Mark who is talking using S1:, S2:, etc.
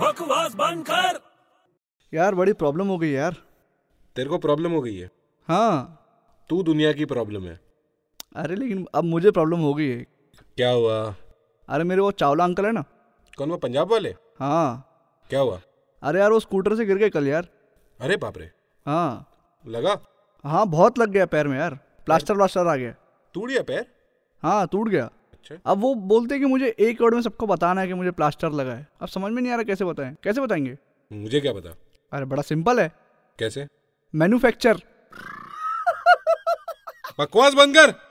S1: बकवास बंद कर
S2: यार बड़ी प्रॉब्लम हो गई यार
S3: तेरे को प्रॉब्लम हो गई है
S2: हाँ
S3: तू दुनिया की प्रॉब्लम है
S2: अरे लेकिन अब मुझे प्रॉब्लम हो गई है
S3: क्या हुआ
S2: अरे मेरे वो चावला अंकल है ना
S3: कौन वो पंजाब वाले
S2: हाँ
S3: क्या हुआ
S2: अरे यार वो स्कूटर से गिर गए कल यार
S3: अरे बाप रे
S2: हाँ
S3: लगा
S2: हाँ बहुत लग गया पैर में यार प्लास्टर व्लास्टर आ गया
S3: टूट गया पैर
S2: हाँ टूट गया
S3: अच्छा
S2: अब वो बोलते हैं कि मुझे एक वर्ड में सबको बताना है कि मुझे प्लास्टर लगा है अब समझ में नहीं आ रहा कैसे बताएं कैसे बताएंगे
S3: मुझे क्या पता
S2: अरे बड़ा सिंपल है
S3: कैसे
S2: मैन्युफैक्चर
S3: बकवास बंद कर